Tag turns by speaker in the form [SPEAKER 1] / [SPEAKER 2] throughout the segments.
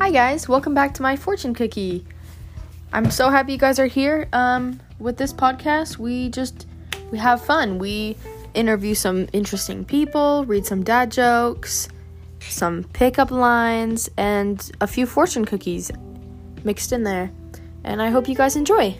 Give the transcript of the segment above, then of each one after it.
[SPEAKER 1] Hi guys, welcome back to my fortune cookie. I'm so happy you guys are here. Um, with this podcast, we just we have fun. We interview some interesting people, read some dad jokes, some pickup lines, and a few fortune cookies mixed in there. And I hope you guys enjoy.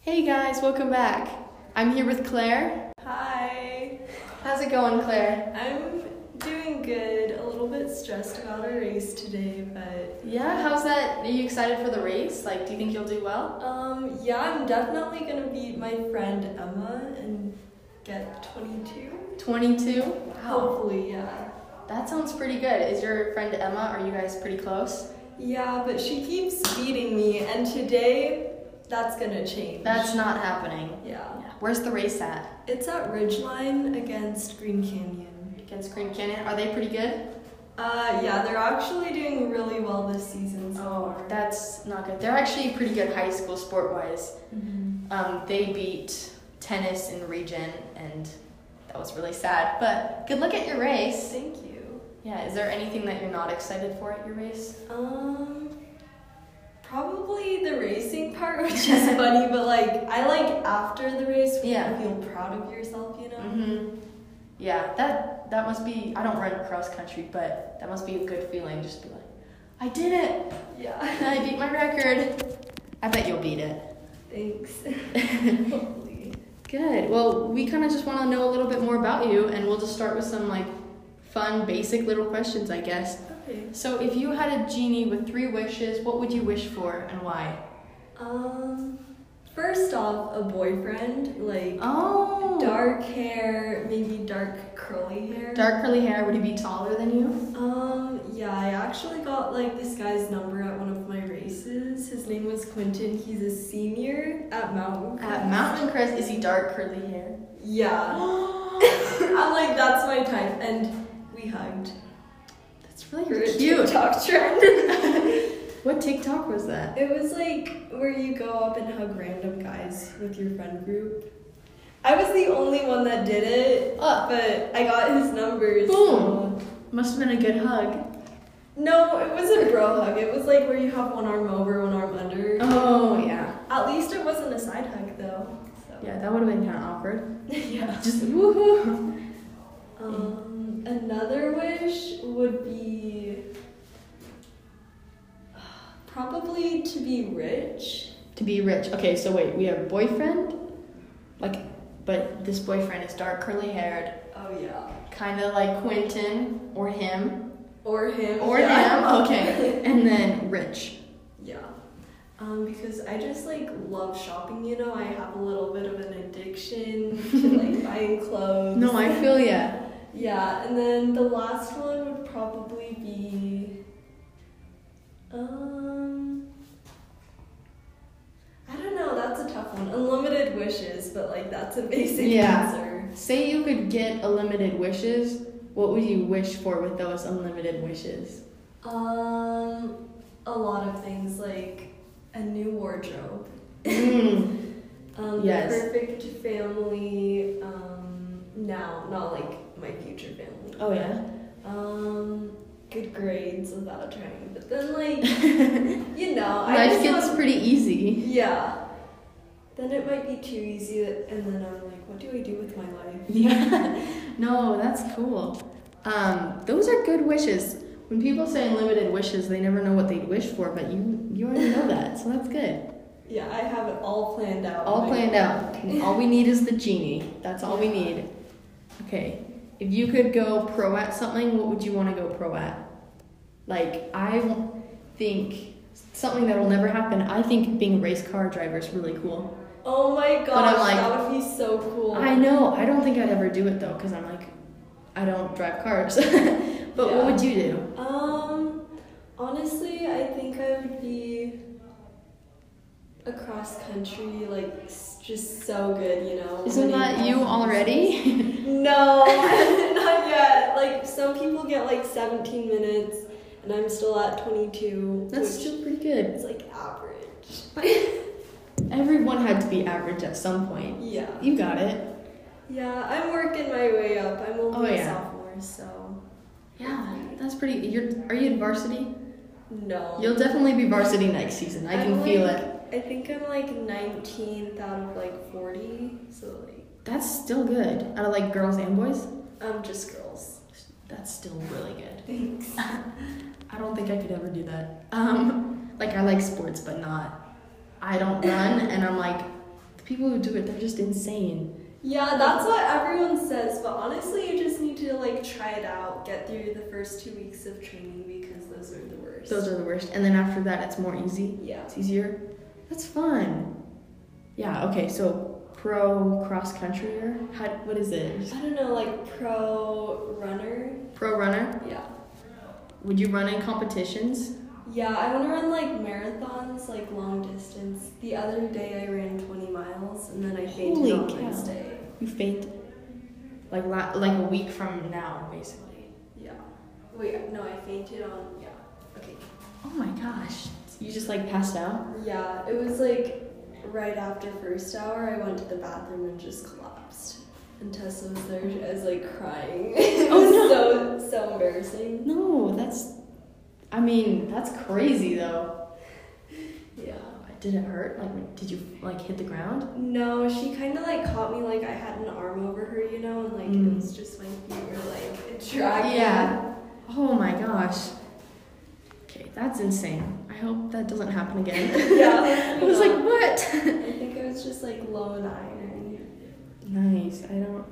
[SPEAKER 1] Hey guys, welcome back. I'm here with Claire.
[SPEAKER 2] Hi,
[SPEAKER 1] How's it going, Claire?
[SPEAKER 2] I'm doing good. A little bit stressed about our race today, but
[SPEAKER 1] Yeah, how's that? Are you excited for the race? Like, do you think you'll do well?
[SPEAKER 2] um, yeah, I'm definitely gonna beat my friend Emma and get 22.
[SPEAKER 1] 22?
[SPEAKER 2] Hopefully, yeah.
[SPEAKER 1] That sounds pretty good. Is your friend Emma, are you guys pretty close?
[SPEAKER 2] Yeah, but she keeps beating me, and today that's gonna change.
[SPEAKER 1] That's not happening.
[SPEAKER 2] yeah.
[SPEAKER 1] Where's the race at?
[SPEAKER 2] It's at Ridgeline against Green Canyon.
[SPEAKER 1] Against Green Canyon? Are they pretty good?
[SPEAKER 2] Uh, yeah, they're actually doing really well this season so far.
[SPEAKER 1] that's not good. They're actually pretty good high school sport wise.
[SPEAKER 2] Mhm.
[SPEAKER 1] Um, they beat tennis in region, and that was really sad. But good luck at your race.
[SPEAKER 2] Thank you.
[SPEAKER 1] Yeah, is there anything that you're not excited for at your race?
[SPEAKER 2] Um, probably the racing part, which is funny, but like I like after the race when
[SPEAKER 1] Yeah.
[SPEAKER 2] you feel proud of yourself, you know.
[SPEAKER 1] hmm Yeah, that that must be. I don't run cross country, but that must be a good feeling. Just be like, I did it!
[SPEAKER 2] Yeah.
[SPEAKER 1] I beat my record. I bet you'll beat it.
[SPEAKER 2] Thanks. Hopefully.
[SPEAKER 1] Good. Well, we kind of just want to know a little bit more about you, and we'll just start with some like fun, basic little questions, I guess.
[SPEAKER 2] Okay.
[SPEAKER 1] So, if you had a genie with three wishes, what would you wish for and why?
[SPEAKER 2] Um, first off, a boyfriend like
[SPEAKER 1] Oh,
[SPEAKER 2] dark hair, maybe dark curly hair.
[SPEAKER 1] dark curly hair. Would he be taller than you?
[SPEAKER 2] Um, yeah, I actually got like this guy's number at one of my races. His name was Quentin. He's a senior at Mountain.
[SPEAKER 1] At Mountain Crest, is he dark curly hair?
[SPEAKER 2] Yeah. I'm like, that's my type. And we hugged.
[SPEAKER 1] That's really cute.
[SPEAKER 2] TikTok trend.
[SPEAKER 1] What TikTok was that?
[SPEAKER 2] It was like where you go up and hug random guys with your friend group. I was the only one that did it,
[SPEAKER 1] Oh,
[SPEAKER 2] but I got his number. so-
[SPEAKER 1] Boom. must have been a good hug.
[SPEAKER 2] No, it was a bro hug. It was like where you have one arm over, one arm under.
[SPEAKER 1] Oh yeah,
[SPEAKER 2] At least it wasn't a side hug though. So.
[SPEAKER 1] yeah, that would have been kind of awkward.
[SPEAKER 2] yeah.
[SPEAKER 1] Just woohoo.
[SPEAKER 2] Um, another wish would be probably to be rich.
[SPEAKER 1] To be rich. Okay, so wait, we have a boyfriend, like, but this boyfriend is dark, curly haired,
[SPEAKER 2] Oh yeah.
[SPEAKER 1] kind of like Quentin or him
[SPEAKER 2] Or him.
[SPEAKER 1] or
[SPEAKER 2] yeah.
[SPEAKER 1] him. Okay, and then rich.
[SPEAKER 2] yeah. Um, because I just like love shopping. You know, I have a little bit of an addiction to like buying clothes.
[SPEAKER 1] No, I feel ya.
[SPEAKER 2] Yeah, and then the last one would probably be. Um. I don't know, that's a tough one. Unlimited wishes, but like that's a basic
[SPEAKER 1] Yeah.
[SPEAKER 2] answer.
[SPEAKER 1] Say you could get unlimited wishes. What would you wish for with those unlimited wishes?
[SPEAKER 2] Um, a lot of things like a new wardrobe,
[SPEAKER 1] Mm,
[SPEAKER 2] um,
[SPEAKER 1] Yes.
[SPEAKER 2] the perfect family. Um, now, not like my future family.
[SPEAKER 1] Oh yeah.
[SPEAKER 2] Um, good grades without trying, but then like you know, I
[SPEAKER 1] Life
[SPEAKER 2] just
[SPEAKER 1] gets
[SPEAKER 2] want-
[SPEAKER 1] pretty easy.
[SPEAKER 2] Yeah. Then it might be too easy, and then I'm like, what do I do with my life?
[SPEAKER 1] Yeah. No, that's cool. Um, those are good wishes. When people say unlimited wishes, they never know what they'd wish for, but you you already know that, so that's good.
[SPEAKER 2] Yeah, I have it all planned out.
[SPEAKER 1] All
[SPEAKER 2] Like,
[SPEAKER 1] planned out. All we need is the genie. That's all we need. Okay. If you could go pro at something, what would you want to go pro at? Like I w- think something that will never happen. I think being a race car driver is really cool.
[SPEAKER 2] Oh my gosh,
[SPEAKER 1] I'm like-
[SPEAKER 2] that would be so cool.
[SPEAKER 1] I know. I don't think I'd ever do it though, because I'm like, I don't drive cars. but what
[SPEAKER 2] Yeah.
[SPEAKER 1] would you do?
[SPEAKER 2] Um, honestly, I think I would be across country, like s- just so good, you know.
[SPEAKER 1] Isn't
[SPEAKER 2] winning
[SPEAKER 1] that you
[SPEAKER 2] races.
[SPEAKER 1] already?
[SPEAKER 2] No, not yet. Like some people get like 17 minutes, and I'm still at 22.
[SPEAKER 1] That's
[SPEAKER 2] which
[SPEAKER 1] still pretty good.
[SPEAKER 2] is like average.
[SPEAKER 1] Everyone had to be average at some point.
[SPEAKER 2] Yeah.
[SPEAKER 1] You got it.
[SPEAKER 2] Yeah, I'm working my way up. I'm only
[SPEAKER 3] Oh,
[SPEAKER 2] a
[SPEAKER 3] yeah.
[SPEAKER 2] sophomore, so
[SPEAKER 3] Yeah, that's pretty. You're are you in varsity?
[SPEAKER 2] no.
[SPEAKER 3] You'll definitely be varsity next season. I can
[SPEAKER 2] I'm
[SPEAKER 3] feel
[SPEAKER 2] like-
[SPEAKER 3] it.
[SPEAKER 2] I think I'm like 19th out of like 40, so like
[SPEAKER 3] That's still good. Out of like girls and boys,
[SPEAKER 2] I'm just girls.
[SPEAKER 3] that's still really good.
[SPEAKER 2] Thanks.
[SPEAKER 3] I don't think I could ever do that. Um, like I like sports, but not. I don't run, and I'm like, the people who do it, they're just insane.
[SPEAKER 2] Yeah, that's what everyone says, but honestly, you just need to like try it out, get through the first two weeks of training because those are the worst.
[SPEAKER 3] Those are the worst. And then after that, it's more easy.
[SPEAKER 2] yeah.
[SPEAKER 3] It's easier. That's fun. Yeah. Okay. So pro cross countryer. How, what is it?
[SPEAKER 2] I don't know, like pro runner.
[SPEAKER 3] Pro runner.
[SPEAKER 2] Yeah.
[SPEAKER 3] Would you run in competitions?
[SPEAKER 2] Yeah, I want to run like marathons, like long distance. The other day I ran 20 miles and then I fainted
[SPEAKER 3] Holy
[SPEAKER 2] on
[SPEAKER 3] cow.
[SPEAKER 2] Wednesday.
[SPEAKER 3] You faint. Like la- like a week from now, basically.
[SPEAKER 2] Yeah. Wait, no, I fainted on, yeah. Okay.
[SPEAKER 3] Oh my gosh. You just like passed out.
[SPEAKER 2] Yeah, it was like right after first hour, I went to the bathroom and just collapsed. And Tessa was there as like crying. it
[SPEAKER 3] Oh,
[SPEAKER 2] was
[SPEAKER 3] no.
[SPEAKER 2] so so embarrassing.
[SPEAKER 3] No, that's. I mean, that's crazy though.
[SPEAKER 2] Yeah.
[SPEAKER 3] Did it hurt? Like, when- did you like hit the ground?
[SPEAKER 2] No, she kind of like caught me like I had an arm over her, you know, and like
[SPEAKER 3] Mm.
[SPEAKER 2] it was just my feet were like dragging.
[SPEAKER 3] Yeah. Oh my gosh. Okay, that's insane. I hope that doesn't happen again.
[SPEAKER 2] yeah.
[SPEAKER 3] I was like, what?
[SPEAKER 2] I think I was just like low in iron,
[SPEAKER 3] Nice. I don't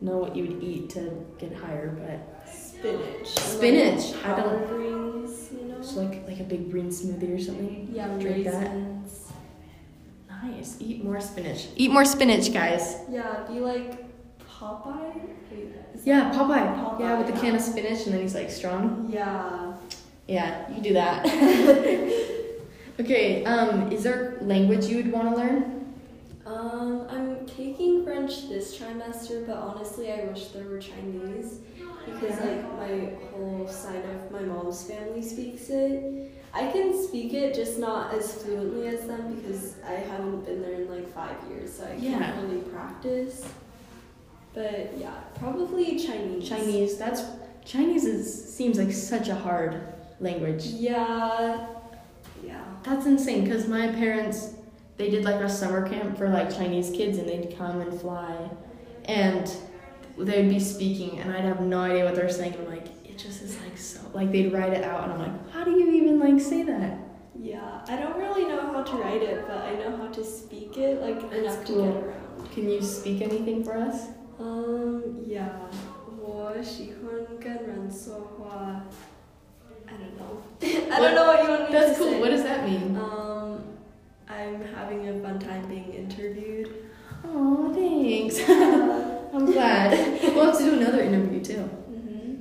[SPEAKER 3] know what you would eat to get higher, but
[SPEAKER 2] spinach,
[SPEAKER 3] Spinach,
[SPEAKER 2] Like,
[SPEAKER 3] I don't-
[SPEAKER 2] collard greens, you know.
[SPEAKER 3] just like like a big green smoothie or something.
[SPEAKER 2] Yeah,
[SPEAKER 3] Drink that.
[SPEAKER 2] raisins.
[SPEAKER 3] Nice. Eat more spinach. Eat more spinach, guys.
[SPEAKER 2] Yeah, be like Popeye. Wait, is that-
[SPEAKER 3] Yeah, Popeye.
[SPEAKER 2] Popeye,
[SPEAKER 3] yeah, with the
[SPEAKER 2] yeah.
[SPEAKER 3] can of spinach, and then he's like strong.
[SPEAKER 2] Yeah.
[SPEAKER 3] Yeah, you do that. okay. Um, is there language you would want to learn?
[SPEAKER 2] Um, I'm taking French this trimester, but honestly, I wish there were Chinese because like my whole side of my mom's family speaks it. I can speak it, just not as fluently as them because I haven't been there in like five years, so I
[SPEAKER 3] Yeah.
[SPEAKER 2] can't really practice. But yeah, probably Chinese.
[SPEAKER 3] Chinese. That's Chinese is seems like such a hard language.
[SPEAKER 2] Yeah. Yeah.
[SPEAKER 3] That's insane. Cause my parents, they did like a summer camp for like Chinese kids, and they'd come and fly, and they'd be speaking, and I'd have no idea what they're saying. I'm like, it just is like so. Like they'd write it out, and I'm like, how do you even like say that?
[SPEAKER 2] Yeah, I don't really know how to write it, but I know how to speak it like enough
[SPEAKER 3] cool.
[SPEAKER 2] to get around.
[SPEAKER 3] Can you speak anything for us?
[SPEAKER 2] Um, yeah. 我喜欢跟人说话. I don't know. I
[SPEAKER 3] What?
[SPEAKER 2] don't know what you want me
[SPEAKER 3] That's
[SPEAKER 2] to
[SPEAKER 3] cool.
[SPEAKER 2] say.
[SPEAKER 3] What does that mean?
[SPEAKER 2] Um, I'm having a fun time being interviewed.
[SPEAKER 3] Oh, thanks.
[SPEAKER 2] mm-hmm.
[SPEAKER 3] I'm glad. We'll have to do another interview too.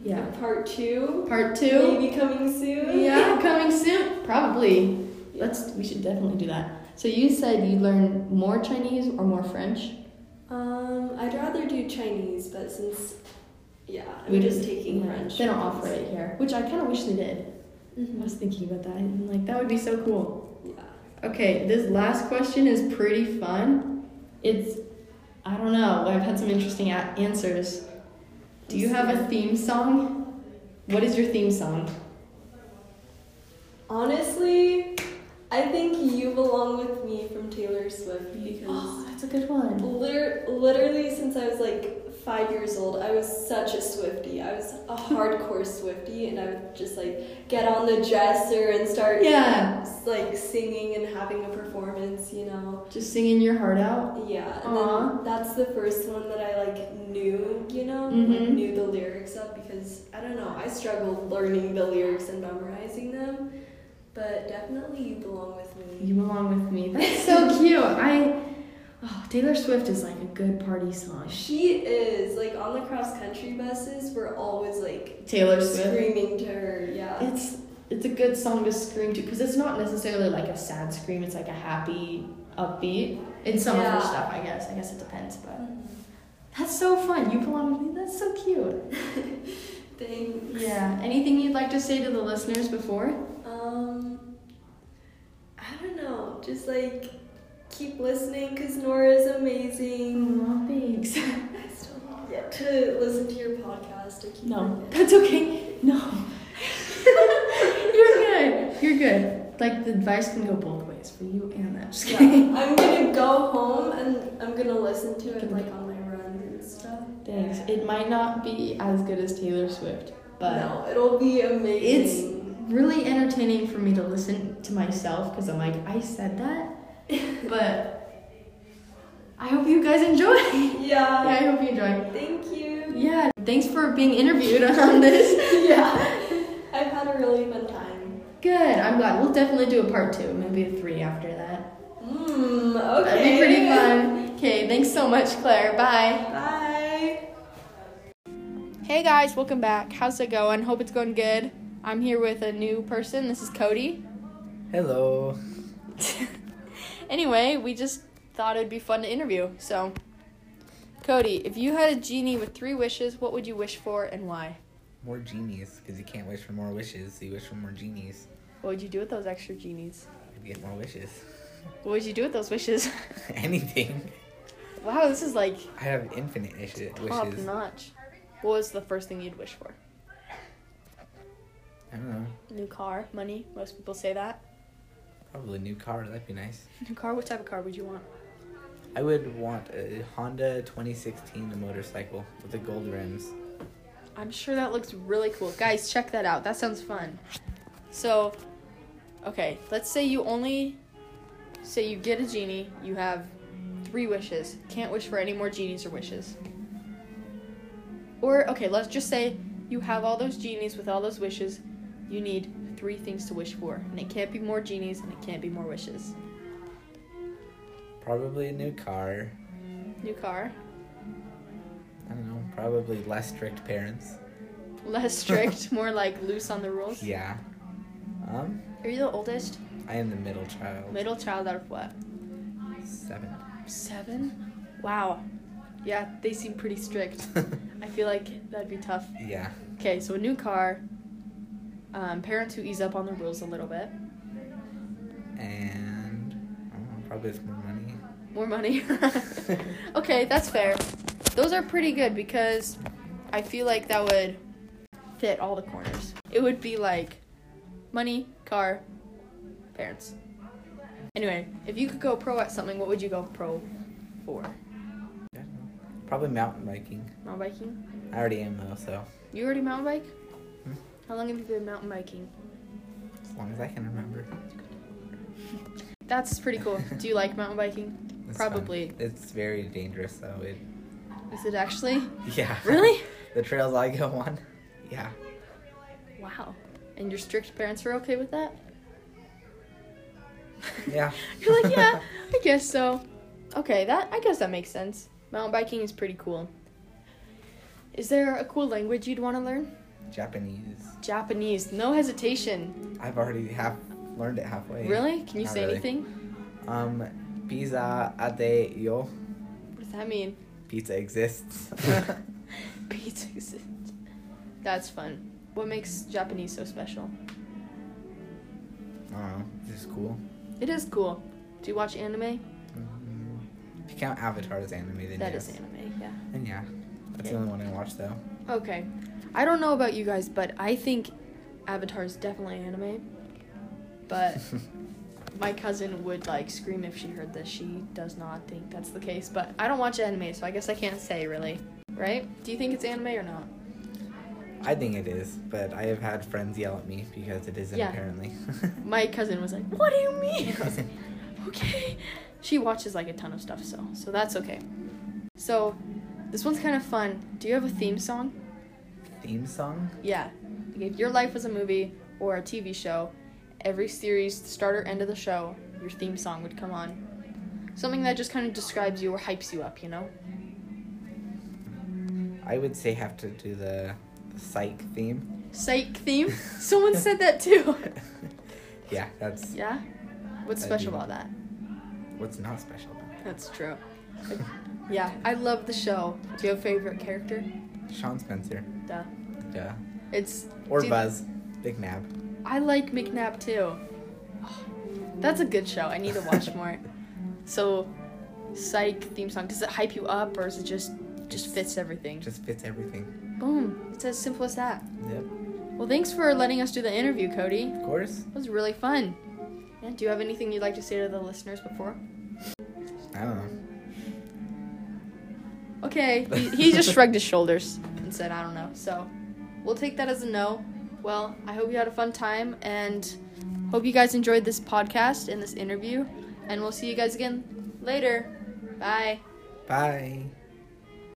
[SPEAKER 3] Yeah.
[SPEAKER 2] mm-hmm. Part two.
[SPEAKER 3] Part two.
[SPEAKER 2] Maybe coming soon.
[SPEAKER 3] Yeah, coming soon. Probably. Let's. We should definitely do that. So you said you learn more Chinese or more French?
[SPEAKER 2] Um, I'd rather do Chinese, but since yeah, I'm
[SPEAKER 3] We
[SPEAKER 2] just
[SPEAKER 3] didn't-
[SPEAKER 2] taking
[SPEAKER 3] yeah,
[SPEAKER 2] French.
[SPEAKER 3] They don't offer it here, which I kind of wish they did. I
[SPEAKER 2] hmm
[SPEAKER 3] was thinking about that. and like that would be so cool.
[SPEAKER 2] Yeah.
[SPEAKER 3] Okay, this last question is pretty fun. It's, I don't know, I've had some interesting a- answers. Do you have a theme song? What is your theme song?
[SPEAKER 2] Honestly, I think You Belong With Me from Taylor Swift because
[SPEAKER 3] Oh, that's a good one.
[SPEAKER 2] liter- literally since I was like five years old, I was such a Swifty. I was a hardcore Swifty, and I would just like get on the dresser and start
[SPEAKER 3] Yeah,
[SPEAKER 2] like singing and having a performance, you know?
[SPEAKER 3] just singing your heart out.
[SPEAKER 2] Yeah, and
[SPEAKER 3] Aw.
[SPEAKER 2] then that's the first one that I like knew, you know, like
[SPEAKER 3] Mhm.
[SPEAKER 2] knew the lyrics of because I don't know, I struggled learning the lyrics and memorizing them, but definitely you belong with me.
[SPEAKER 3] You belong with me. That's so cute. I, oh, Taylor Swift is like a good party song.
[SPEAKER 2] She is like on the cross country buses. We're always like
[SPEAKER 3] Taylor Swift.
[SPEAKER 2] screaming to her. Yeah,
[SPEAKER 3] It's it's a good song to scream to because it's not necessarily like a sad scream. It's like a happy, upbeat. In some of her
[SPEAKER 2] Yeah.
[SPEAKER 3] stuff, I guess. I guess it depends, but. That's so fun. You belong with me. That's so cute.
[SPEAKER 2] thanks.
[SPEAKER 3] Yeah. Anything you'd like to say to the listeners before?
[SPEAKER 2] Um, I don't know. Just
[SPEAKER 3] Mm-hmm.
[SPEAKER 2] like keep listening because Nora is amazing.
[SPEAKER 3] Mm, thanks.
[SPEAKER 2] I yeah, to listen to your podcast. I keep
[SPEAKER 3] No,
[SPEAKER 2] forgetting.
[SPEAKER 3] that's okay. No. You're good. You're good. Like the advice can go both ways for you and that. Just
[SPEAKER 2] Yeah,
[SPEAKER 3] kidding.
[SPEAKER 2] I'm gonna go home and I'm gonna listen to it like on my runs and stuff.
[SPEAKER 3] Thanks. It might not be as good as Taylor Swift, but
[SPEAKER 2] no, it'll be amazing.
[SPEAKER 3] really entertaining for me to listen to myself because I'm like, I said that. but I hope you guys enjoy. Yeah, I
[SPEAKER 2] yeah.
[SPEAKER 3] hope you enjoy.
[SPEAKER 2] Thank you.
[SPEAKER 3] Yeah, thanks for being interviewed on this.
[SPEAKER 2] yeah. I've had a really fun time.
[SPEAKER 3] Good. I'm glad. We'll definitely do a part two, maybe a three after that.
[SPEAKER 2] Mmm. Okay.
[SPEAKER 3] That'd be pretty fun. Okay, thanks so much, Claire. Bye.
[SPEAKER 2] Bye.
[SPEAKER 3] Hey guys, welcome back. How's it going? Hope it's going good. I'm here with a new person. This is Cody.
[SPEAKER 4] Hello.
[SPEAKER 3] anyway, we just thought it'd be fun to interview. So, Cody, if you had a genie with three wishes, what would you wish for and why?
[SPEAKER 4] More genies, because you can't wish for more wishes. So you wish for more genies,
[SPEAKER 3] What would you do with those extra genies?
[SPEAKER 4] you get more wishes.
[SPEAKER 3] What would you do with those wishes?
[SPEAKER 4] Anything.
[SPEAKER 3] wow, this is like
[SPEAKER 4] I have infinite ishi-
[SPEAKER 3] top
[SPEAKER 4] wishes.
[SPEAKER 3] notch. What was the first thing you'd wish for?
[SPEAKER 4] I don't know.
[SPEAKER 3] New car, money. Most people say that.
[SPEAKER 4] Probably a new car. That'd be nice.
[SPEAKER 3] New car. What type of car would you want?
[SPEAKER 4] I would want a Honda 2016 motorcycle with the gold rims.
[SPEAKER 3] I'm sure that looks really cool. Guys, check that out. That sounds fun. So, okay, let's say you only say you get a genie, you have three wishes. Can't wish for any more genies or wishes. Or okay, let's just say you have all those genies with all those wishes. You need three things to wish for, and it can't be more genies and it can't be more wishes.
[SPEAKER 4] Probably a new car.
[SPEAKER 3] New car,
[SPEAKER 4] I don't know. Probably less strict parents.
[SPEAKER 3] less strict, more like loose on the rules.
[SPEAKER 4] Yeah. Um,
[SPEAKER 3] Are you the oldest?
[SPEAKER 4] I am the middle child.
[SPEAKER 3] Middle child out of what?
[SPEAKER 4] Seven.
[SPEAKER 3] Seven? Wow. Yeah, they seem pretty strict. I feel like that'd be tough.
[SPEAKER 4] yeah.
[SPEAKER 3] Okay, so a new car, um, parents who ease up on the rules a little bit,
[SPEAKER 4] And I don't know. Probably with more money.
[SPEAKER 3] more money. okay, that's fair. Those are pretty good because I feel like that would fit all the corners. It would be like money, car, parents. Anyway, if you could go pro at something, what would you go pro for?
[SPEAKER 4] I don't know. Probably mountain biking.
[SPEAKER 3] Mountain biking?
[SPEAKER 4] I already am though, so
[SPEAKER 3] You already mountain bike?
[SPEAKER 4] Hmm.
[SPEAKER 3] How long have you been mountain biking?
[SPEAKER 4] as long as I can remember.
[SPEAKER 3] That's pretty cool. Do you like mountain biking?
[SPEAKER 4] it's fun.
[SPEAKER 3] Probably.
[SPEAKER 4] It's very dangerous though. It,
[SPEAKER 3] Is it actually?
[SPEAKER 4] yeah.
[SPEAKER 3] Really?
[SPEAKER 4] the trails I go on. Yeah.
[SPEAKER 3] Wow. And your strict parents are okay with that?
[SPEAKER 4] Yeah.
[SPEAKER 3] You're like, yeah, I guess so. Okay, that I guess that makes sense. Mountain biking is pretty cool. Is there a cool language you'd want to learn?
[SPEAKER 4] Japanese.
[SPEAKER 3] Japanese, no hesitation.
[SPEAKER 4] I've already half learned it halfway.
[SPEAKER 3] Really? Can you
[SPEAKER 4] Not
[SPEAKER 3] say
[SPEAKER 4] really.
[SPEAKER 3] anything?
[SPEAKER 4] Um, pizza ate yo.
[SPEAKER 3] What does that mean?
[SPEAKER 4] Pizza exists.
[SPEAKER 3] Pizza exist. That's fun. What makes Japanese so special?
[SPEAKER 4] oh, this is cool.
[SPEAKER 3] It is cool. Do you watch anime?
[SPEAKER 4] Mm, If you count Avatar as anime, then
[SPEAKER 3] That
[SPEAKER 4] yes.
[SPEAKER 3] is anime, yeah.
[SPEAKER 4] And yeah, that's
[SPEAKER 3] Yeah.
[SPEAKER 4] the only one I watched though.
[SPEAKER 3] Okay. I don't know about you guys, but I think Avatar is definitely anime. But my cousin would like scream if she heard this. She does not think that's the case, but I don't watch anime, so I guess I can't say really. Right? Do you think it's anime or not?
[SPEAKER 4] I think it is, but I have had friends yell at me because it isn't
[SPEAKER 3] Yeah.
[SPEAKER 4] apparently.
[SPEAKER 3] My cousin was like, "What do you mean?" I was like, "Okay." She watches like a ton of stuff, so so that's okay. So, this one's kind of fun. Do you have a theme song?
[SPEAKER 4] Theme song?
[SPEAKER 3] Yeah. Like, If your life was a movie or a TV show, every series, the start or end of the show, your theme song would come on. Something that just kind of describes you or hypes you up, you know?
[SPEAKER 4] I would say have to do the, the psych theme.
[SPEAKER 3] Psych theme? Someone said that too.
[SPEAKER 4] yeah, that's
[SPEAKER 3] Yeah? What's
[SPEAKER 4] That'd
[SPEAKER 3] special
[SPEAKER 4] be-
[SPEAKER 3] about that?
[SPEAKER 4] what's not special about it.
[SPEAKER 3] That's true. Yeah, I love the show. Do you have a favorite character?
[SPEAKER 4] Sean Spencer.
[SPEAKER 3] Duh.
[SPEAKER 4] Duh.
[SPEAKER 3] It's.
[SPEAKER 4] Or
[SPEAKER 3] do-
[SPEAKER 4] Buzz. Big Nab.
[SPEAKER 3] I like McNabb too. That's a good show. I need to watch more. so, psych theme song. Does it hype you up or is it just just fits everything.
[SPEAKER 4] Just fits everything.
[SPEAKER 3] Boom. It's as simple as that.
[SPEAKER 4] Yep.
[SPEAKER 3] Well, thanks for letting us do the interview, Cody.
[SPEAKER 4] Of course.
[SPEAKER 3] It was really fun. And do you have anything you'd like to say to the listeners before?
[SPEAKER 4] I don't know.
[SPEAKER 3] Okay. He, he just shrugged his shoulders and said, I don't know. So we'll take that as a no. Well, I hope you had a fun time and hope you guys enjoyed this podcast and this interview. And we'll see you guys again later. Bye.
[SPEAKER 4] Bye.